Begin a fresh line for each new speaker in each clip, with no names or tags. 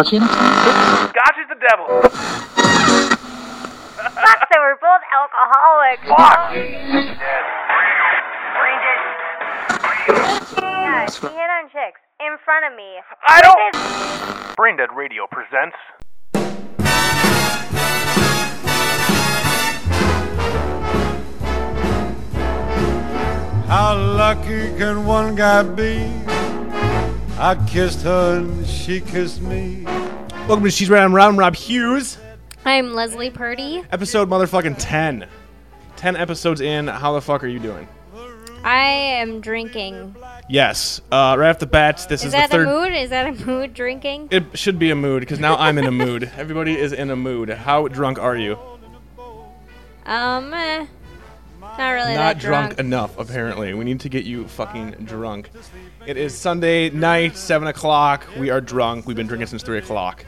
Scotch is the devil.
Fuck, so we're both alcoholics. Yeah, she hit on chicks in front of me.
I don't. Braindead Radio presents.
How lucky can one guy be? I kissed her and she kissed me.
Welcome to She's Right, I'm Rob, I'm Rob Hughes,
I'm Leslie Purdy.
episode motherfucking 10. 10 episodes in, how the fuck are you doing?
I am drinking.
Yes, uh, right off the bat, this is,
Is that
the third.
a mood? Is that a mood drinking?
It should be a mood, because now I'm in a mood. Everybody is in a mood. How drunk are you?
Um, eh, not really
Not
that drunk.
enough, apparently. We need to get you fucking drunk. It is Sunday night, 7 o'clock. We are drunk. We've been drinking since 3 o'clock.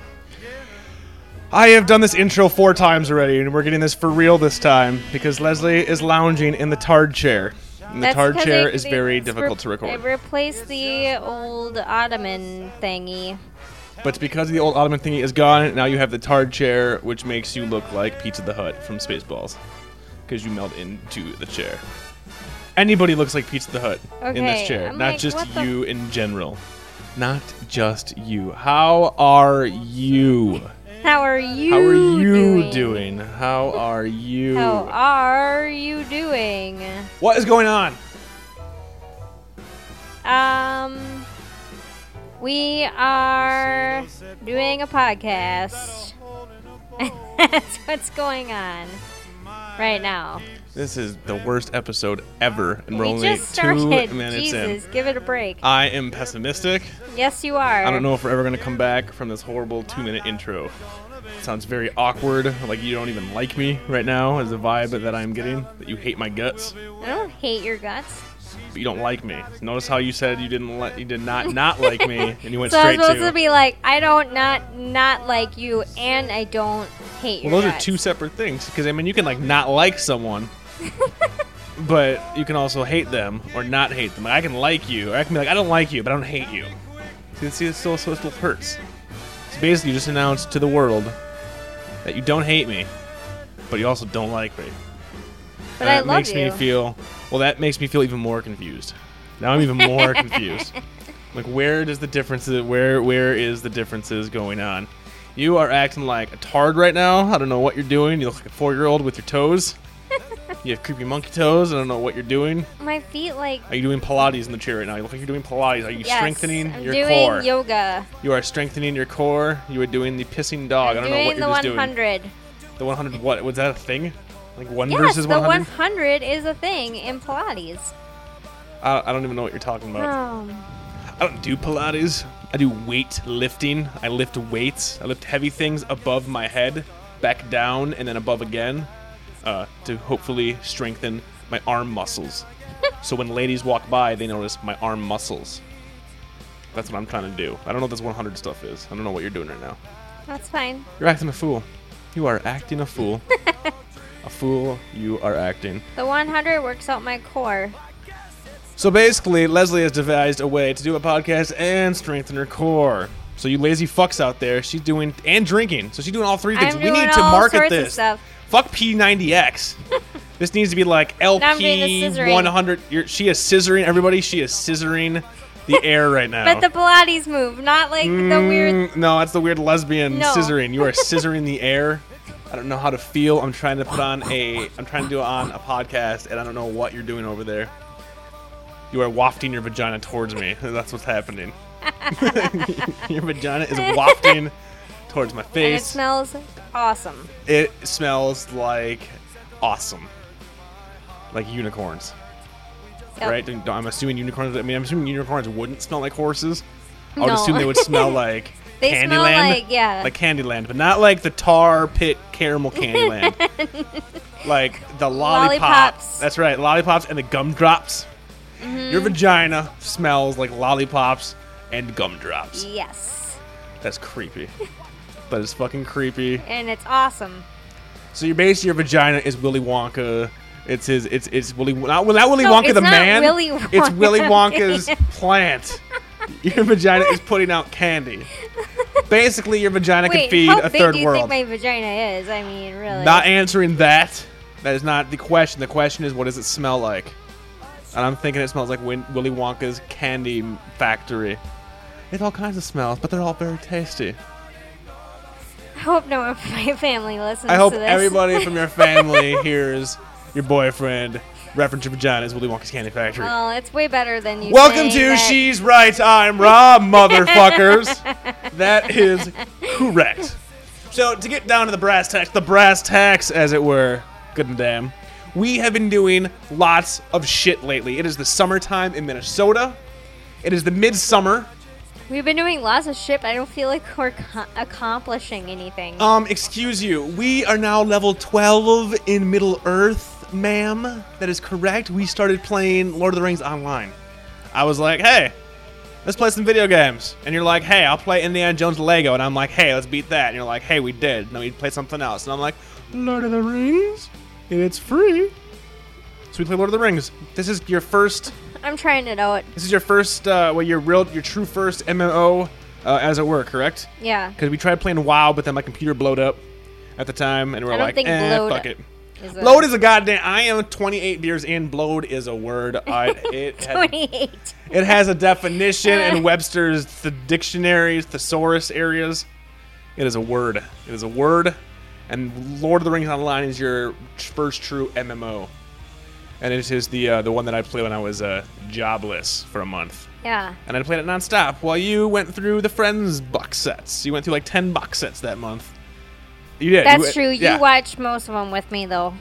I have done this intro four times already, and we're getting this for real this time because Leslie is lounging in the tard chair. And the
That's
tard
'cause
chair
they-
is
they-
very
it's
difficult to
re-
record.
They replaced the old ottoman thingy.
but it's because the old Ottoman thingy is gone, now you have the tard chair, which makes you look like Pizza the Hut from Spaceballs because you melt into the chair. Anybody looks like Pizza the Hut in this
Okay,
chair,
I'm
not
like,
just
what the-
you in general. Not just you. How are you?
How are you?
How are you doing?
doing?
How are you?
How are you doing?
what is going on?
Um, we are doing a podcast. That's what's going on right now.
This is the worst episode ever, and we're
we
only
just started.
two minutes
Jesus,
in.
give it a break.
I am pessimistic.
yes, you are.
I don't know if we're ever going to come back from this horrible two minute intro. sounds very awkward, like you don't even like me right now, is the vibe that I'm getting. That you hate my guts,
I don't hate your guts.
but you don't like me. Notice how you said you didn't let you did not not like me, and you went
So I'm
straight
supposed
to.
to be like, I don't not not like you, and I don't hate
well,
your
those are
guts.
two separate things, because I mean you can like not like someone. But you can also hate them or not hate them. Like, I can like you, or I can be like, I don't like you, but I don't hate you. See, see, it still, so it still hurts. So basically, you just announced to the world that you don't hate me, but you also don't like me.
But
that
I love
makes
you.
me feel well. That makes me feel even more confused. Now I'm even more confused. Like, where does the differences? Where where is the differences going on? You are acting like a tard right now. I don't know what you're doing. You look like a four year old with your toes. you have creepy monkey toes. I don't know what you're doing.
My feet like.
Are you doing Pilates in the chair right now? You look like you're doing Pilates. Are you
yes,
strengthening
I'm
your
doing
core?
yoga.
you are strengthening your core. You are doing the pissing dog.
I'm
I do not
doing
know what you're
the
just
100.
doing. The 100. What was that a thing? Like one
Yes,
versus
the
100.
100 is a thing in Pilates.
I, I don't even know what you're talking about.
Um,
I don't do Pilates. I do weight lifting. I lift weights. I lift heavy things above my head, back down, and then above again uh, to hopefully strengthen my arm muscles. so when ladies walk by, they notice my arm muscles. That's what I'm trying to do. I don't know what this 100 stuff is. I don't know what you're doing right now.
that's fine.
You're acting a fool. You are acting a fool. a fool you are acting.
The 100 works out my core.
So basically, Leslie has devised a way to do a podcast and strengthen her core. So you lazy fucks out there, she's doing and drinking. So she's doing all three things.
I'm
we
doing
need to
all
market
sorts of
this.
stuff.
Fuck P90X. this needs to be like
I'm doing the scissoring.
LP100. You're, she is scissoring everybody. She is scissoring the air right now.
But the Pilates move, not like the weird.
Oh. Mm, No, that's the weird lesbian
No.
scissoring. You are scissoring the air. I don't know how to feel. I'm trying to put on a. I'm trying to do it on a podcast, and I don't know what you're doing over there. You are wafting your vagina towards me. That's what's happening. your vagina is wafting towards my
And it
face.
smells awesome.
it smells like awesome, like unicorns
Yep.
right? Don't- I'm assuming unicorns. I mean, I'm assuming unicorns wouldn't smell like horses. I would
No.
assume they would smell like
They
Candyland,
smell like- yeah.
like Candyland, but not like the tar pit caramel Candyland, like the lollipop.
Lollipops.
That's right, lollipops and the gumdrops.
Mm-hmm.
Your vagina smells like lollipops and gumdrops.
Yes.
That's creepy. That is fucking creepy.
And it's awesome.
So your base, your vagina is Willy Wonka. It's his. It's it's Willy. Not, not Willy
No,
Wonka
it's
the
not
man.
Willy
It's Willy
Wonka.
Wonka's plant. Your vagina is putting out candy. Basically, your vagina
Wait,
could feed
how
a
big
third
do you
world.
think my vagina is? I mean, really.
Not answering that. That is not the question. The question is, what does it smell like? And I'm thinking it smells like Win- Willy Wonka's candy m- factory. It's all kinds of smells, but they're all very tasty.
I hope no one from my family listens
I hope
to this.
everybody from your family hears your boyfriend reference your vagina as Willy Wonka's candy factory.
Well, it's way better than Oh, you.
Welcome
saying
to
that.
She's Right, I'm Rob, motherfuckers. that is correct. So, to get down to the brass tacks, the brass tacks, as it were, good and damn, we have been doing lots of shit lately. It is the summertime in Minnesota, it is the midsummer.
We've been doing lots of shit, but I don't feel like we're co- accomplishing anything.
Um, excuse you, we are now level 12 in Middle Earth, ma'am. That is correct. We started playing Lord of the Rings online. I was like, hey, let's play some video games. And you're like, hey, I'll play Indiana Jones Lego. And I'm like, hey, let's beat that. And you're like, hey, we did. And then we played something else. And I'm like, Lord of the Rings? It's free. So we play Lord of the Rings. This is your first
I'm trying it out.
this is your first uh well your real your true first MMO uh, as it were, correct?
Yeah.
Because we tried playing WoW, but then my computer blowed up at the time, and we are
I don't
like,
think
eh,
blowed
fuck it.
Is it-
Blowed is a goddamn. I am 28 beers in. Blowed is a word. I, it, has,
28.
it has a definition in Webster's the dictionaries, thesaurus areas. It is a word. It is a word. And Lord of the Rings Online is your first true MMO, and it is the uh, the one that I played when I was uh, jobless for a month
Yeah.
and I played it nonstop while you went through the Friends box sets. You went through like ten box sets that month. You did.
That's
You-
true.
uh, yeah.
You watch most of them with me, though.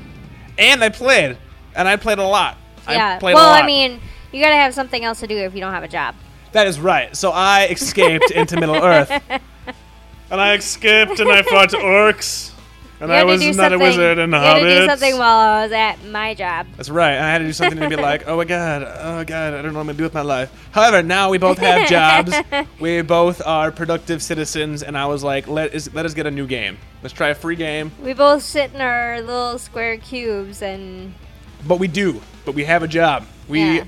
And I played, and I played a lot.
yeah.
I played
well,
a lot.
I mean, you gotta have something else to do if you don't have a job.
that is right. So I escaped into Middle Earth, and I escaped, and I fought orcs, and
You
I
had to
was
do
not a
something-
wizard and a
you had
hobbit.
to do something while I was at my job.
That's right. And I had to do something to be like, oh my god, oh my god, I don't know what I'm gonna do with my life. However, now we both have jobs. we both are productive citizens, and I was like, let us let us get a new game. Let's try a free game.
We both sit in our little square cubes, and
But we do. But we have a job. We
Yeah.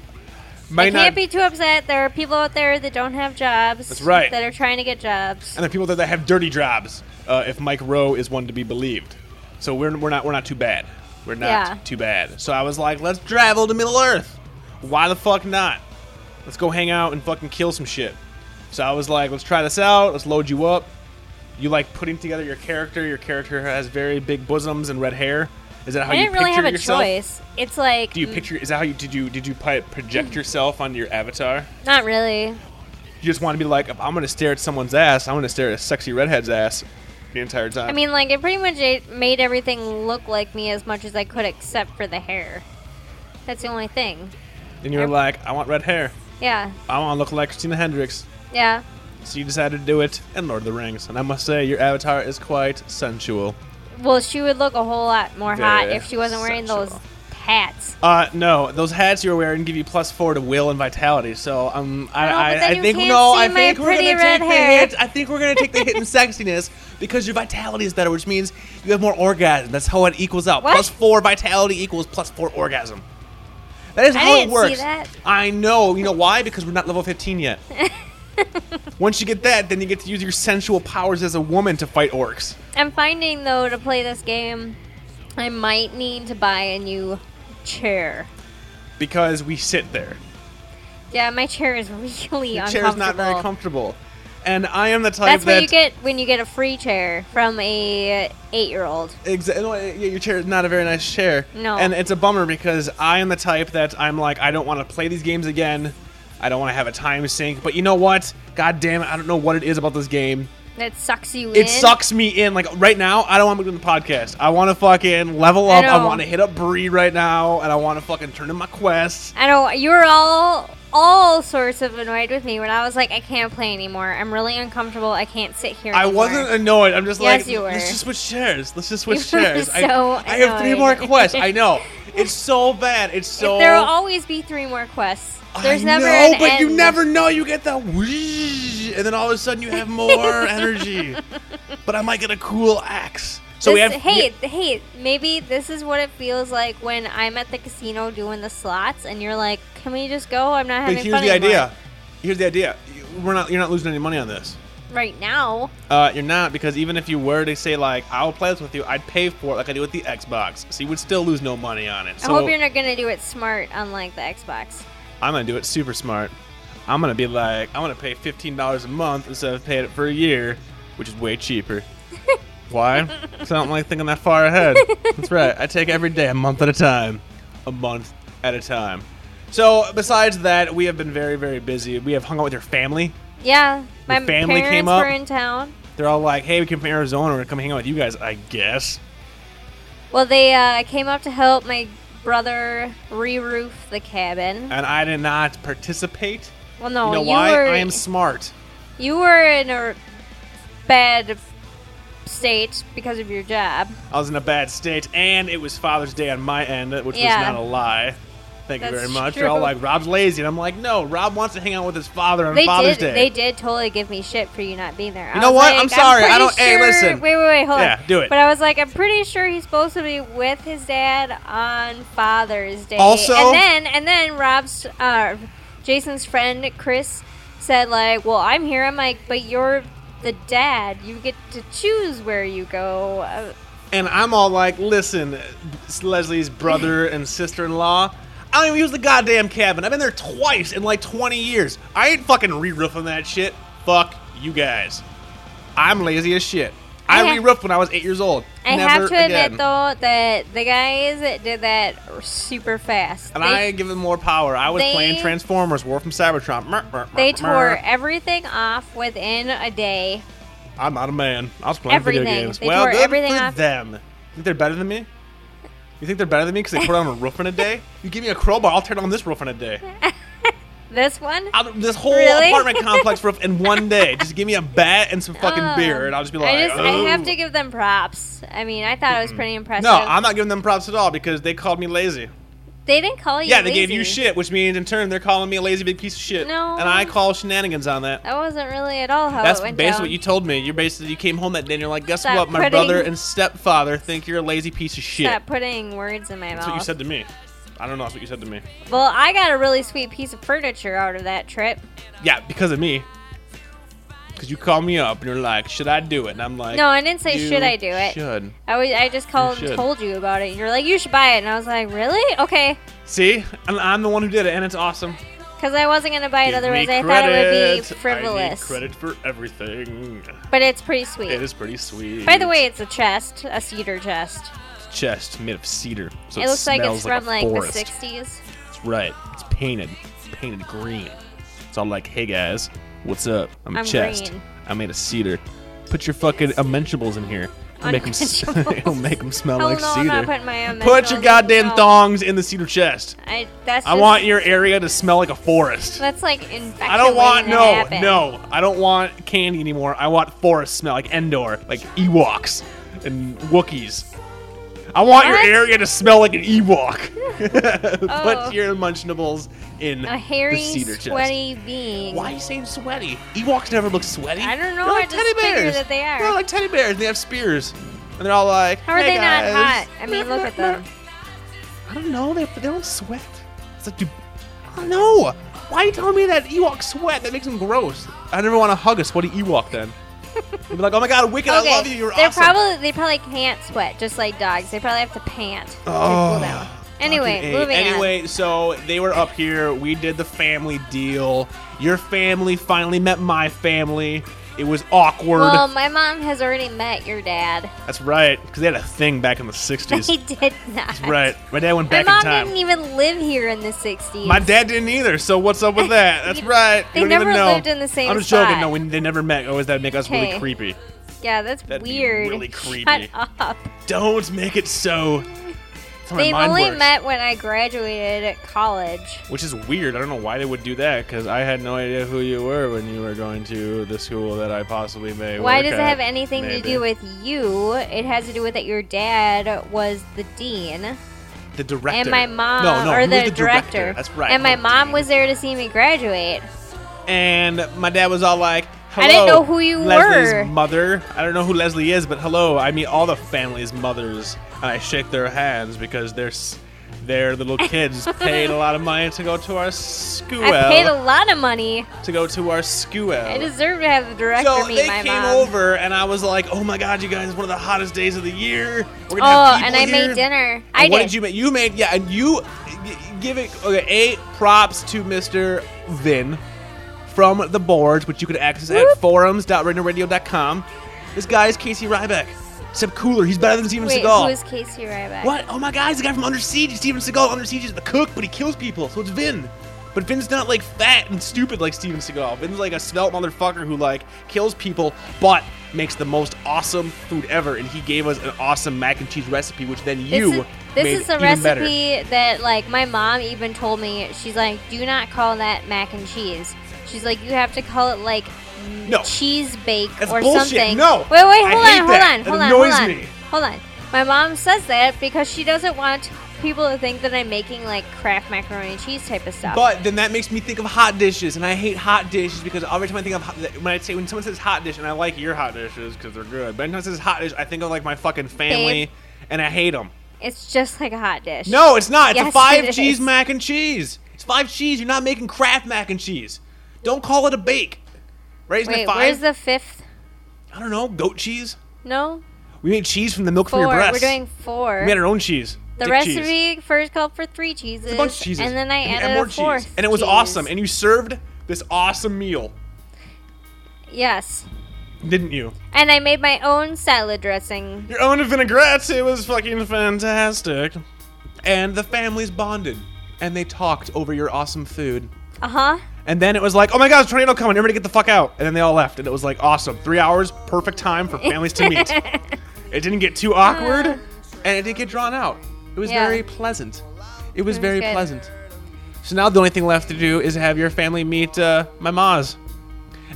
might
I
not.
can't be too upset. There are people out there that don't have jobs. That's
right.
That are trying to get jobs.
and the people that, that have dirty jobs, uh, if Mike Rowe is one to be believed. So we're, we're not we're not too bad. We're not
Yeah.
too bad. So I was like, let's travel to Middle Earth. Why the fuck not? Let's go hang out and fucking kill some shit. So I was like, let's try this out. Let's load you up. You like putting together your character. Your character has very big bosoms and red hair. Is that how
I
you
didn't really
picture
have a
yourself?
choice. Mm. It's like
Do you picture? Is that how you did you did you pi- project yourself on your avatar?
not really.
You just want to be like, if I'm gonna stare at someone's ass, I'm gonna stare at a sexy redhead's ass the entire time.
I mean, like it pretty much a- made everything look like me as much as I could, except for the hair. That's the only thing.
and you're like, I want red hair.
Yeah,
I want to look like Christina Hendricks.
yeah.
So you decided to do it in Lord of the Rings, and I must say, your avatar is quite sensual.
Well, she would look a whole lot more hot
Very
if she wasn't wearing
sensual.
those hats.
Uh, no, those hats you're wearing give you plus four to will and vitality. So um, I,
No, but
I,
then
I
you
think
can't
no,
see
I
my
think we're
pretty
gonna
red
take
hair.
the hit. I think we're gonna take the hit in sexiness because your vitality is better, which means you have more orgasm. That's how it equals out.
What?
Plus four vitality equals plus four orgasm. That is
I
how
didn't
it
see
works.
that.
I know. You know why? Because we're not level 15 yet. Once you get that, then you get to use your sensual powers as a woman to fight orcs.
I'm finding though to play this game, I might need to buy a new chair.
Because we sit there.
Yeah, my chair is really
Your
uncomfortable.
chair is not very comfortable. And I am the type
That's
that
what you get when you get a free chair from a eight-year-old.
Exactly. No, yeah, your chair is not a very nice chair.
No.
And it's a bummer because I am the type that I'm like, I don't want to play these games again. I don't want to have a time sink. But you know what? God damn it. I don't know what it is about this game.
That sucks you in.
It sucks me in. Like right now, I don't want to be doing the podcast. I want to fucking level
I
up. I,
know.
want to hit up Bree right now, and I want to fucking turn in my quest.
I know you were all all sorts of annoyed with me when I was like, I can't play anymore. I'm really uncomfortable. I can't sit here.
I
anymore."
wasn't annoyed. I'm just
Yes,
like,
you were.
let's just switch chairs. Let's just switch
You were
chairs.
so
I, I have three more
annoyed.
quests. I know. It's so bad. It's so.
There will always be three more quests. There's
I
never.
know,
an
but you
end.
never know. You get that whoosh, and then all of a sudden you have more energy. But I might get a cool axe. So we have
This- hey, hey, maybe this is what it feels like when I'm at the casino doing the slots, and you're like, "Can we just go? I'm not
but
having
here's
fun
the
anymore."
idea. Here's the idea. we're not. You're not losing any money on this.
right now.
Uh, you're not because even if you were to say like I'll play this with you, I'd pay for it like I do with the Xbox. So you would still lose no money on it. So
I hope you're not gonna do it smart, unlike the Xbox.
I'm gonna do it super smart. I'm gonna be like I'm gonna pay fifteen dollars a month instead of paying it for a year, which is way cheaper. Why? 'Cause I don't like thinking that far ahead. That's right. I take every day a month at a time, a month at a time. So besides that, we have been very very busy. We have hung out with your family.
Yeah, my
family
parents
came up?
were in town.
They're all like, "Hey, we came from Arizona. We're gonna come hang out with you guys, I guess."
Well, they uh, came up to help my brother re-roof the cabin.
And I did not participate.
Well,
Uh,
no,
you know
Oh, you
why?
were
I am smart.
you were in a bad state because of your job.
I was in a bad state, and it was Father's Day on my end, which
Yeah.
was not a lie. Thank you
That's
very much.
true.
They're all like, Rob's lazy. And I'm like, no, Rob wants to hang out with his father on
They
Father's
did.
Day.
They did totally give me shit for you not being there. I
know
was
what?
like,
I'm sorry. I
pretty
don't- hey,
Sure,
listen.
Wait, wait, wait. Hold
Yeah,
on.
do it.
But I was like, I'm pretty sure he's supposed to be with his dad on Father's Day.
Also-
and then and then Rob's, uh, Jason's friend Chris said like, "Well, I'm here." I'm like, "But you're the dad. You get to choose where you go." Uh,
and I'm all like, listen, it's Leslie's brother and sister in law. I don't even use the goddamn cabin. I've been there twice in like 20 years. I ain't fucking re roofing that shit. Fuck you guys. I'm lazy as shit. I,
I ha-
re roofed when I was eight years old.
I
Never
have to admit
again.
though that the guys that did that were super fast.
And
They-
I give them more power. I was
they-
playing Transformers War from Cybertron. Mer, mer,
They
mer, mer.
tore everything off within a day.
I'm not a man. I was playing video
Everything.
games.
They
well,
tore
good
everything
for
off.
them. You think they're better than me? You think they're better than me because they put on a roof in a day? You give me a crowbar, I'll tear down this roof in a day.
This one?
I'll, this whole
Really?
apartment complex roof in one day. Just give me a bat and some fucking
Oh.
beer, and I'll just be like,
I just
"Oh."
I have to give them props. I mean, I thought it was pretty impressive.
No, I'm not giving them props at all because they called me lazy.
they didn't call you.
Yeah, they gave you
lazy.
shit, which means in turn they're calling me a lazy big piece of shit.
No.
And I call shenanigans on that.
That wasn't really at all how
That's
it went
basically
down.
what you told me. You're basically you came home that day and you're like, guess
Stop
what? My
putting-
brother and stepfather think you're a lazy piece of shit.
Stop putting words in my
That's
mouth.
what you said to me. I don't know. That's what you said to me.
Well, I got a really sweet piece of furniture out of that trip.
Yeah, because of me. Because you called me up and you're like, should I do it? And I'm like,
No, I didn't say
"You
should I do it.
Should.
I was I just called
You
and
should.
told you about it. And you're like, you should buy it, and I was like, really? Okay,
See, I'm, I'm the one who did it, and it's awesome.
because I wasn't gonna buy it
Give
otherwise.
me
I thought it would
credit.
be
I need
frivolous.
credit for everything.
But it's pretty sweet.
It is pretty sweet.
By the way, it's a chest, a cedar chest.
chest made of cedar, so
it looks like
smells
it's from
a
like,
forest.
the 60s.
That's right. It's painted, painted green. It's all like, hey guys, what's up? I'm, a
I'm
chest.
green.
I made a cedar. Put your fucking unmentionables in here. It'll make them,
Unmentionables.
it'll make 'em smell
oh
like
no, I'm
cedar.
not putting my own.
Put your
measurables.
goddamn
No.
thongs in the cedar chest.
I, that's
I
just-
want your area to smell like a forest.
That's like infection.
I don't want
waiting
no,
to happen.
no. I don't want candy anymore. I want forest smell, like Endor, like Ewoks and Wookiees. I want
What?
your area to smell like an Ewok.
Oh.
Put your munchnables in
A hairy,
the cedar chest.
sweaty being.
Why are you saying sweaty? Ewoks never look sweaty.
I don't know,
They're like
I just
teddy
figured
bears.
that they are.
They're like teddy bears. and They have spears, and they're all like.
How are
"Hey,
they not
guys."
hot? I mean, look at them.
I don't know. They, they don't sweat. It's like, dude, I don't know. Why are you telling me that Ewok sweat? That makes them gross. I never want to hug a sweaty Ewok then. They'd be like, oh my god, Wicked,
Okay,
I love you. You're
they're
awesome.
probably they probably can't sweat just like dogs. They probably have to pant to cool down. Anyway,
Fucking Oh, A.
moving on.
anyway, so they were up here. We did the family deal. Your family finally met my family. It was awkward.
Well, my mom has already met your dad.
That's right, because they had a thing back in the 60s.
He did not.
right. My dad went
My
back
mom
in time.
didn't even live here in the 60s.
My dad didn't either. So what's up with that? That's
You-
right.
they
You don't even
never
know.
lived in the same
I'm just joking.
spot.
No, we, they never met. Oh, does that make us really
Okay.
creepy?
Yeah, that's
That'd be
weird.
really creepy.
Shut up.
Don't make it so. That's how my
They've
mind
only
works.
met when I graduated at college.
which is weird. I don't know why they would do that because I had no idea who you were when you were going to the school that I possibly may.
Why
work
does it
at,
have anything to
maybe.
do with you? It has to do with that your dad was the dean
the director
and my mom
No, no,
or
he was
the, director.
That's right.
And my
Oh,
mom
dean.
was there to see me graduate.
And my dad was all like, Hello,
I didn't know who you
Leslie's
were."
mother. I don't know who Leslie is, but hello. I meet all the family's mothers, and I shake their hands because they're s- Their little kids paid a lot of money to go to our school.
I paid a lot of money.
to go to our school.
I deserve to have the director
so
meet
they
my
came
mom.
over, and I was like, "Oh my god, you guys! One of the hottest days of the year. We're gonna
oh,
have
and
people
I
here."
made dinner.
And
I
what
did.
did you make? You made yeah, and you g- give it okay. A props to Mister Vin from the boards, which you can access at
Whoop.
forums.renderradio.com. This guy is Casey Ryback, except cooler. He's better than Steven
Wait,
Seagal.
who is Casey Ryback?
What? Oh my god, he's the guy from Under Siege. Steven Seagal. Under Siege is the cook, but he kills people, so it's Vin. But Vin's not like fat and stupid like Steven Seagal. Vin's like a svelte motherfucker who like kills people, but makes the most awesome food ever. And he gave us an awesome mac and cheese recipe, which then
This
you
is, this
made
is a
even better.
recipe that like my mom even told me. She's like, do not call that mac and cheese. She's like, you have to call it like
No.
cheese bake
That's
or
bullshit.
something.
No.
Wait, wait,
I
hold
hate that.
on,
That
hold on, hold on,
annoys
hold on,
me.
hold on. My mom says that because she doesn't want people to think that I'm making like Kraft macaroni and cheese type of stuff.
But then that makes me think of hot dishes, and I hate hot dishes because every time I think of hot, when I say when someone says hot dish, and I like your hot dishes because they're good. But anytime it says hot dish, I think of like my fucking family,
Babe.
and I hate them.
it's just like a hot dish.
No, it's not. It's
Yes,
a five
it is.
cheese mac and cheese. It's five cheese. You're not making Kraft mac and cheese. Don't call it a bake. Right? Isn't it
Wait,
five?
where's the fifth?
I don't know. Goat cheese.
No,
We made cheese from the milk from your
four.
breast.
We're doing four.
we made our own cheese.
The
Dick
recipe
Cheese.
first called for three cheeses,
A bunch of cheeses.
and then I
we
added
more
a fourth.
cheese, and it was
cheese.
awesome. And you served this awesome meal,
yes,
didn't you?
and I made my own salad dressing.
Your own vinaigrettes. It was fucking fantastic. And the families bonded, and they talked over your awesome food.
Uh huh.
And then it was like, oh my god, tornado coming, everybody get the fuck out. And then they all left. And it was like, awesome. Three hours, perfect time for families to meet. it didn't get too awkward, and it didn't get drawn out. It was
Yeah.
very pleasant. It was, very
good.
pleasant. So now the only thing left to do is have your family meet uh, my ma's.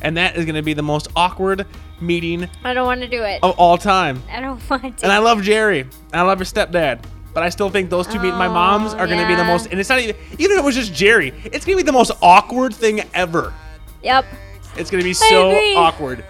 And that is going to be the most awkward meeting
I don't want to do it.
of all time.
I don't want to.
Oh. And I love Jerry. And I love your stepdad. But I still think those two meeting my moms
Oh,
are going to be the
yeah.
most. And it's not even. Even if it was just Jerry, it's going to be the most awkward thing ever.
yep.
It's gonna be so
agree.
awkward.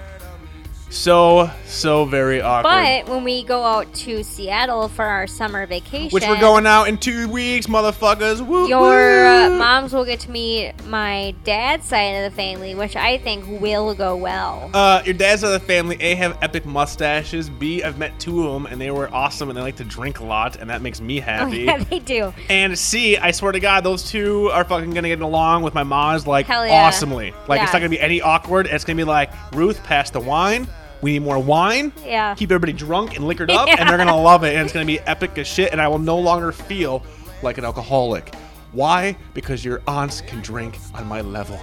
So so very awkward.
But when we go out to Seattle for our summer vacation,
Which we're going out in two weeks, motherfuckers. Woo,
Your uh,
woo.
moms will get to meet my dad's side of the family, which I think will go well.
Uh, your dad's side of the family A have epic mustaches. B I've met two of them and they were awesome and they like to drink a lot and that makes me
Oh,
happy.
yeah, they do.
And C I swear to God those two are fucking gonna get along with my mom's like
Hell yeah.
awesomely. Like it's
Yeah.
not gonna be any awkward. It's gonna be like Ruth, pass the wine. We need more wine.
Yeah.
keep everybody drunk and liquored up, and
Yeah.
they're gonna love it, and it's gonna be epic as shit, and I will no longer feel like an alcoholic. Why? Because your aunts can drink on my level,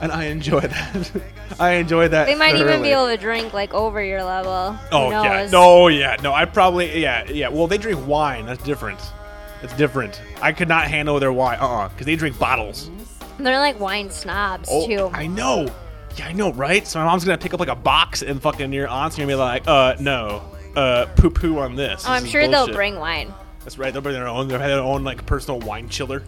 and I enjoy that. I enjoy that.
They might even be
thoroughly.
able to drink like over your level. Who
Oh yeah,
knows?
no, yeah, no. I probably yeah, yeah. Well, they drink wine. That's different. That's different. I could not handle their wine. Uh, uh because they drink bottles.
They're like wine snobs
Oh,
too.
I know. Yeah, I know, right? So my mom's gonna pick up like a box and fucking your aunt's gonna be like, uh, no, uh, poo poo on this.
oh, I'm
This is
sure they'll
bullshit.
bring wine.
That's right. They'll bring their own. They'll have their own like personal wine chiller.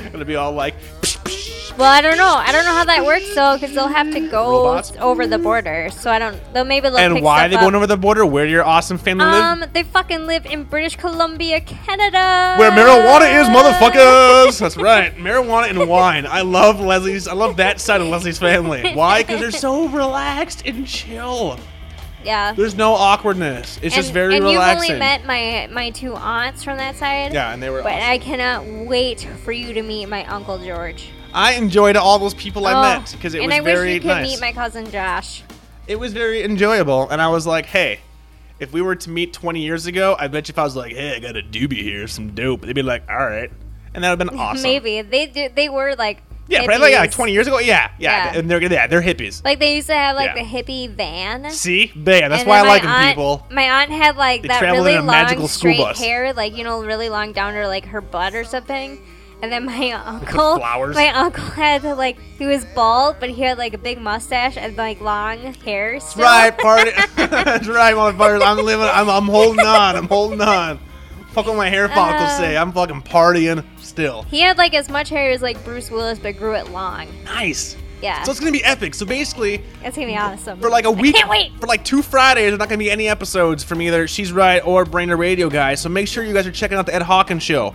Gonna be all like, psh, psh.
well, I don't know. I don't know how that works though, because they'll have to go
Robots.
over the border. So I don't. They'll maybe they'll
and
pick
why are
stuff
they going
up.
over the border? Where your awesome family live?
Um, they fucking live in British Columbia, Canada.
Where marijuana is,
uh,
motherfuckers. That's right. Marijuana and wine. I love Leslie's. I love that side of Leslie's family. Why? Because they're so relaxed and chill.
Yeah.
There's no awkwardness. It's just
and,
very
and
relaxing.
you've only met my my two aunts from that side.
yeah, and they were.
But
awesome.
I cannot wait for you to meet my uncle George.
I enjoyed all those people I
Oh,
met because it
and
was
I wish
very
you could
nice.
meet my cousin Josh.
it was very enjoyable, and I was like, hey. If we were to meet 20 years ago, I bet you if I was like, "Hey, I got a doobie here, some dope," they'd be like, "All right," and that would have been awesome.
Maybe they do, they were like
yeah, probably like, yeah,
hippies.
20 years ago, yeah, yeah,
Yeah.
and they're yeah, they're hippies.
Like they used to have like
Yeah.
the hippie van.
See, yeah, that's
And
why I
then my
like 'em,
aunt-
people.
My aunt had like
They
that
traveled
really
in a
long
magical school
straight
bus.
hair, like you know, really long down to like her butt or something. And then my uncle,
flowers.
my uncle had like he was bald, but he had like a big mustache and like long hair. Still.
Right, party. That's right, motherfuckers. I'm living. I'm, I'm holding on. I'm holding on. Fuck what my hair follicles
Uh.
say. I'm fucking partying still.
He had like as much hair as like Bruce Willis, but grew it long.
Nice.
Yeah.
So it's gonna be epic. So basically,
That's gonna be awesome.
for like a
I
week,
can't wait.
for like two Fridays, there's not gonna be any episodes from either She's Right or Brain the Radio guy. So make sure you guys are checking out the Ed Hawkins show.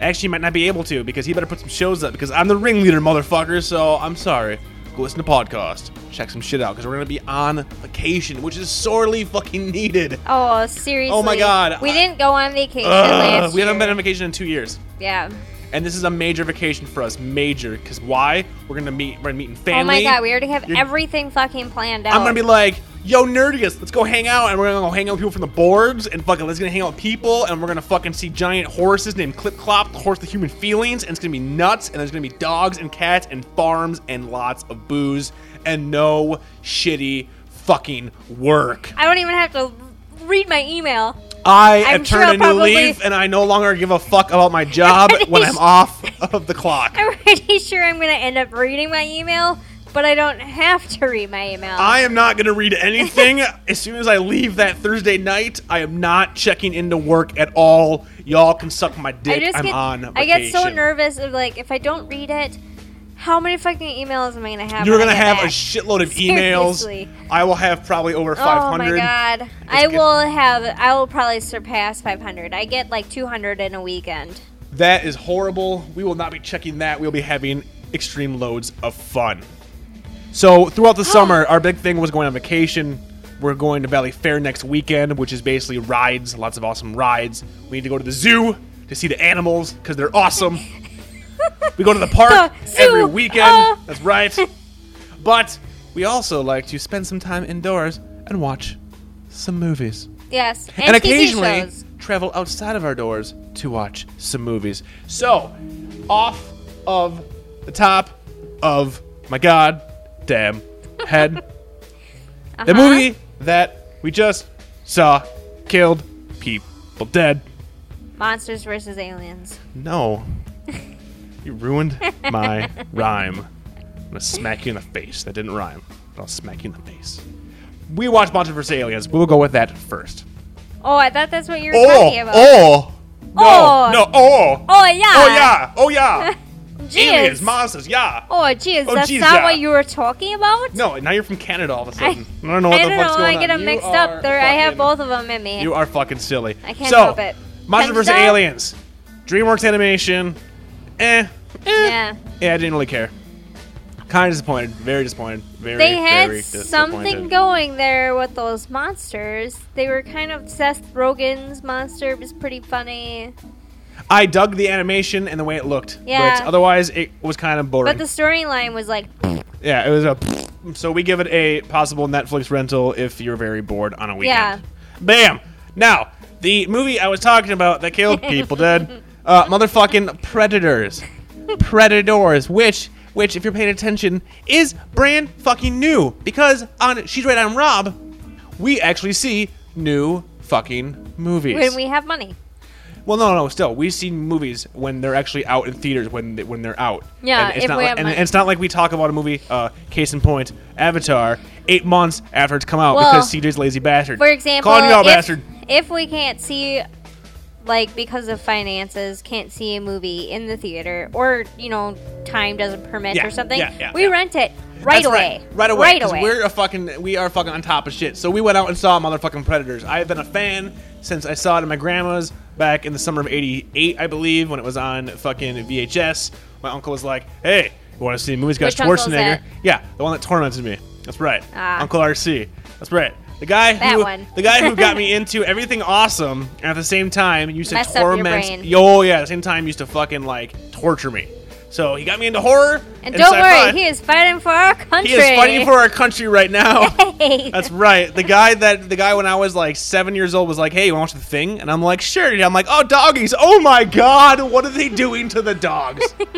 Actually, you might not be able to because he better put some shows up because I'm the ringleader, motherfucker. So I'm sorry. Go listen to podcast, check some shit out because we're gonna be on vacation, which is sorely fucking needed.
Oh, seriously.
Oh my God.
We didn't go on vacation
Ugh,
last
Uh, we haven't
year.
been on vacation in two years.
Yeah.
and this is a major vacation for us. Major, because why? We're gonna meet. We're gonna meet in family.
Oh my god, we already have
You're-
everything fucking planned out.
I'm gonna be like, yo, nerdiest, let's go hang out, and we're gonna go hang out with people from the boards, and fucking let's gonna hang out with people, and we're gonna fucking see giant horses named Clip Clop, the horse of human feelings, and it's gonna be nuts, and there's gonna be dogs and cats and farms and lots of booze and no shitty fucking work.
I don't even have to read my email.
I
I'm
have
sure
turned a new
probably-
leaf, and I no longer give a fuck about my job when I'm off of the clock.
I'm pretty sure I'm gonna end up reading my email, but I don't have to read my email.
I am not going to read anything. as soon as I leave that Thursday night, I am not checking into work at all. Y'all can suck my dick.
I just
I'm
get
on
I
vacation.
get so nervous of like if I don't read it, how many fucking emails am I gonna have?
You're
when
going to
I get
have a
back?
shitload of
Seriously.
emails. I will have probably over
Oh
500.
my god! I
good.
will have. I will probably surpass 500. I get like 200 in a weekend.
That is horrible. We will not be checking that. We'll be having extreme loads of fun. So throughout
Oh.
the summer, our big thing was going on vacation. We're going to Valley Fair next weekend, which is basically rides, lots of awesome rides. We need to go to the zoo to see the animals because they're awesome. we go to the park
The zoo.
every weekend.
Oh.
That's right. but we also like to spend some time indoors and watch some movies
Yes, and,
and
TV
occasionally
shows.
travel outside of our doors to watch some movies. So, off of the top of my god damn head, the movie that we just saw killed people dead.
Monsters versus aliens.
No, you ruined my rhyme. I'm gonna smack you in the face. That didn't rhyme, but I'll smack you in the face. We watched Monster vs. Aliens. We'll go with that first.
Oh, I thought that's what you were
Oh,
talking about.
oh, no,
Oh.
no, oh,
Oh, yeah.
oh yeah, oh yeah.
Jeez.
Aliens, monsters, yeah.
Oh, jeez,
Oh,
that's
jeez,
not
yeah.
what you were talking about?
No, now you're from Canada all of a sudden. I,
I-
don't know what
I
the
don't
fuck's
know.
going
I get
on.
them
You
mixed
are
up. There, I have
fucking-
both of them in me.
You are fucking silly.
I can't
so,
help it.
Monster vs.
Canada?
Aliens, DreamWorks Animation. Eh, eh.
yeah.
Yeah, I didn't really care. Kind of disappointed. Very disappointed. Very.
They
very
had
disappointed.
something going there with those monsters. They were kind of Seth Rogen's monster was pretty funny,
I dug the animation and the way it looked.
Yeah.
But otherwise, it was kind of boring.
but the storyline was like,
Yeah, it was a. So we give it a possible Netflix rental if you're very bored on a weekend. Bam. Now the movie I was talking about that killed people dead, uh, motherfucking predators, predators. Which, which, if you're paying attention, is brand fucking new because on she's right on Rob, we actually see new fucking movies.
when we have money.
Well, no, no, still, we see movies when they're actually out in theaters when they, when they're out.
Yeah,
and it's
if
not
we
like,
have
and,
money.
and it's not like we talk about a movie. Uh, case in point, Avatar, eight months after it's come out
Well,
because CJ's lazy bastard.
For example,
calling you out,
if,
bastard.
if we can't see, like, because of finances, can't see a movie in the theater, or, you know, time doesn't permit
Yeah,
or something,
yeah, yeah,
we
yeah.
rent it right
That's
away.
Right, right away.
Right
'cause
away.
We're a fucking we are fucking on top of shit. So we went out and saw motherfucking Predators. I have been a fan since I saw it at my grandma's back in the summer of '88, I believe, when it was on fucking VHS. My uncle was like, "Hey, you want to see a movie? It's got
Which uncle's
Schwarzenegger."
that?
Yeah, the one that tormented me. That's right.
Ah.
Uncle RC. That's right. The guy
That
who
one.
the guy who got me into everything awesome, and at the same time used to
Mess up your
torment.
brain.
Yo, yeah, at the same time used to fucking like torture me. So he got me into horror.
And don't worry,
sci-fi.
he is fighting for our country.
He is fighting for our country right now.
Hey.
That's right. The guy that the guy when I was like seven years old was like, "Hey, you want to watch the thing?" And I'm like, "Sure." dude." I'm like, "Oh, doggies! Oh my God! What are they doing to the dogs?" and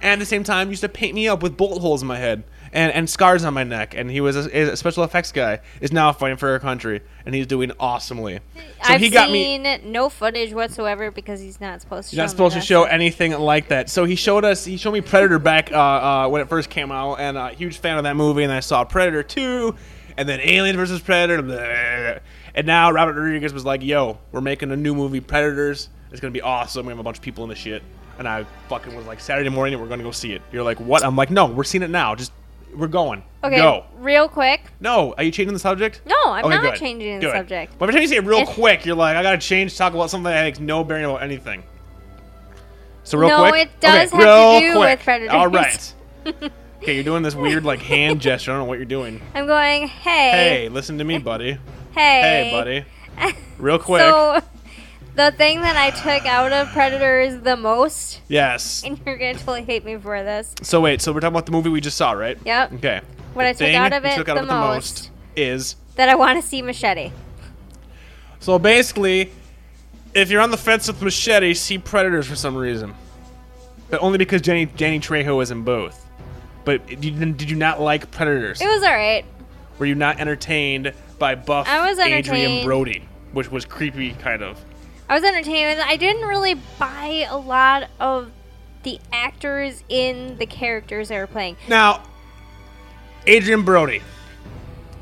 at the same time, used to paint me up with bullet holes in my head and, and scars on my neck. And he was a, is a special effects guy. Is now fighting for our country, and he's doing awesomely. So
I've
he got me.
seen no footage whatsoever because he's not supposed to.
You're
show
not supposed
me
to
that.
show anything like that. So he showed us, he showed me Predator back uh, uh, when it first came out, and uh, huge fan of that movie. And I saw Predator 2, and then Alien versus Predator, bleh. and now Robert Rodriguez was like, "Yo, we're making a new movie, Predators. It's gonna be awesome. We have a bunch of people in the shit." And I fucking was like, "Saturday morning, we're gonna go see it." You're like, "What?" I'm like, "No, we're seeing it now. Just We're going.
Okay,
Go.
real quick.
No. Are you changing the subject?
No, I'm
Okay,
not
good.
changing the
Good.
subject.
But every time you say it real
If-
quick, you're like, I gotta change to talk about something that has no bearing about anything. So real
No,
quick.
it does
okay,
have to
real
do with
quick.
predators.
All right. okay, you're doing this weird like hand gesture. I don't know what you're doing.
I'm going,
Hey,
hey,
listen to me, buddy.
hey,
Hey, buddy. Real quick.
So, the thing that I took out of Predators the most,
yes.
and you're gonna totally hate me for this.
So wait. So we're talking about the movie we just saw, right?
Yep.
Okay.
What
the
I took
thing
out of
you
it
took out
the
of it the
most.
most is
That I want to see Machete.
so basically, if you're on the fence with Machete, see Predators for some reason, but only because Jenny Danny Trejo is in both. But did you, did you not like Predators?
It was all right.
Were you not entertained by Buff,
I was
Adrian
entertained.
Brody, which was creepy, kind of?
I was entertained. I didn't really buy a lot of the actors in the characters they were playing.
Now, Adrian Brody.